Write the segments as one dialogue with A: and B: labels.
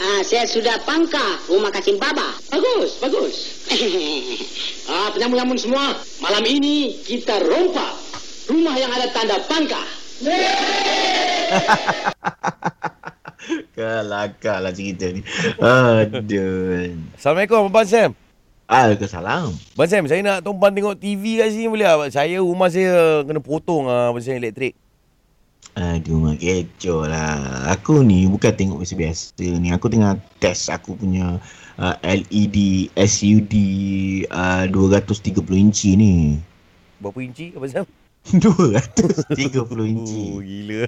A: Ah,
B: Saya sudah pangka rumah Kasim Baba.
A: Bagus, bagus. ah, penyamun-nyamun semua, malam ini kita rompa rumah yang ada tanda pangka.
C: Kelakar lah cerita ni. Aduh. Ah,
D: Assalamualaikum Abang Sam.
C: Waalaikumsalam.
D: Abang Sam, saya nak tumpang tengok TV kat sini boleh tak? Saya rumah saya kena potong ah Abang Sam elektrik.
C: Aduh, mak kecoh lah. Aku ni bukan tengok biasa-biasa ni. Aku tengah test aku punya uh, LED SUD uh, 230 inci ni.
D: Berapa inci Abang Sam?
C: 230 inci.
D: Oh, gila.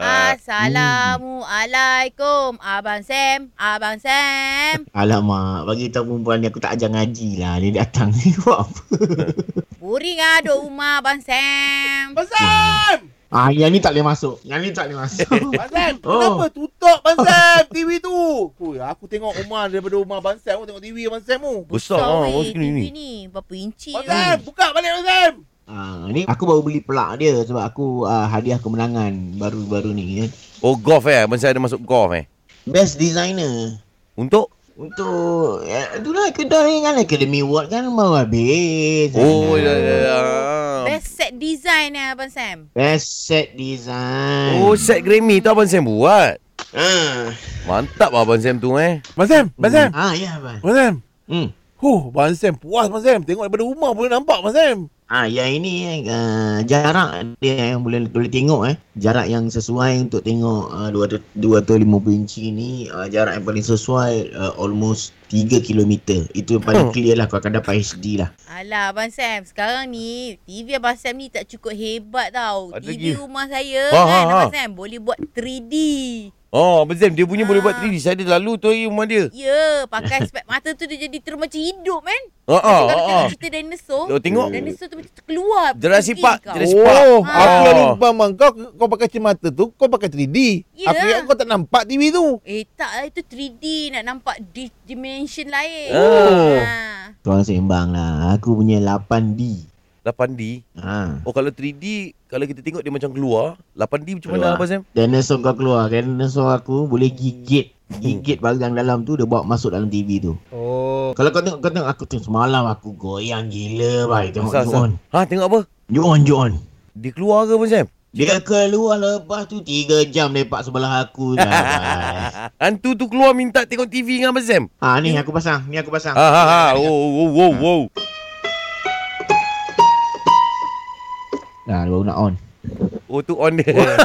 D: Ah,
E: Assalamualaikum Abang Sam Abang Sam
C: Alamak, bagi tahu perempuan ni aku tak ajar ngaji lah. Dia datang ni buat apa?
E: Boring lah duduk rumah Abang Sam
F: Abang Sam!
C: Ah, yang ni tak boleh masuk. Yang ni tak boleh masuk.
F: Abang Sam,
C: Oh.
F: kenapa tutup Abang Sam TV tu? Ui, aku tengok Umar daripada rumah Abang Sam. Aku tengok TV Abang Sam tu.
D: Besar ah,
E: weh,
D: bos ni ni.
E: TV ni Berapa inci
F: Abang
E: lah
F: Sam, buka balik Abang Sam.
C: ah, ni aku baru beli pelak dia sebab aku ah, hadiah kemenangan baru-baru ni. Ya.
D: Oh, golf eh. Abang Sam ada masuk golf eh.
C: Best designer.
D: Untuk
C: Untuk eh, itulah kedai kan Academy Award kan baru habis.
D: Oh, ya,
C: Sana.
D: ya, ya.
E: Best set design eh Abang Sam
C: Best set design.
D: Oh, set Grammy tu Abang Sam buat.
C: Ah.
D: Mantap lah Abang Sam tu eh.
F: Abang Sam, Abang Sam.
C: Ah, ya abang.
F: Abang Sam.
C: Hmm.
F: Huh, Abang Sam puas Abang Sam. Tengok daripada rumah boleh nampak Abang Sam.
C: Ah, yang ini uh, jarak dia yang boleh boleh tengok eh. Jarak yang sesuai untuk tengok uh, 200 250 inci ni uh, jarak yang paling sesuai uh, almost 3 km. Itu yang paling
D: Oh.
C: clear lah kau akan dapat HD lah.
E: Alah Abang Sam Sekarang ni TV Abang Sam ni tak cukup hebat tau
D: Ada
E: TV
D: lagi.
E: rumah saya
D: Ha,
E: kan
D: ha,
E: Abang
D: ha.
E: Sam Boleh buat 3D
D: Oh, Abang Sam dia punya boleh
E: Ah.
D: buat 3D. Saya ada lalu tu lagi rumah dia.
E: Ya yeah, Pakai spek mata tu dia jadi terus macam hidup kan
D: Ha ah,
E: Macam
D: ha ah.
E: kalau tengok cerita dinosaur
D: Tengok, tengok.
E: Dinosaur tu macam keluar
D: Jurassic
E: pergi
D: Park,
E: kau.
D: Jurassic Park.
F: Oh,
E: Ah.
F: aku ada bang kau kau pakai cermata tu, kau pakai 3D.
E: Ya.
F: Aku ingat kau tak nampak TV tu.
E: Eh tak lah itu 3D nak nampak di- dimension lain.
D: Oh.
E: Ha.
C: Kau seimbang lah. Aku punya 8D.
D: 8D.
C: Ha.
D: Oh kalau 3D kalau kita tengok dia macam keluar 8D macam mana
C: Keluar.
D: Abang Sam?
C: Dinosaur kau keluar. Dinosaur aku boleh gigit.
D: Hmm.
C: Gigit barang dalam tu dia bawa masuk dalam TV tu.
F: Oh.
C: Kalau kau tengok kau tengok aku tu semalam aku goyang gila baik tengok
D: Asal- asal.
C: John.
D: Ha tengok apa?
C: John John.
D: Dia keluar ke Abang Sam?
C: Dia keluar lepas tu 3 jam lepak sebelah aku dah. bye.
D: Hantu tu keluar minta tengok TV dengan Abang Sam.
C: ha ni aku pasang, ni aku pasang.
D: Ha ha ha. Wow wow wow wow.
C: Nah, baru nak on.
D: Oh tu on dia.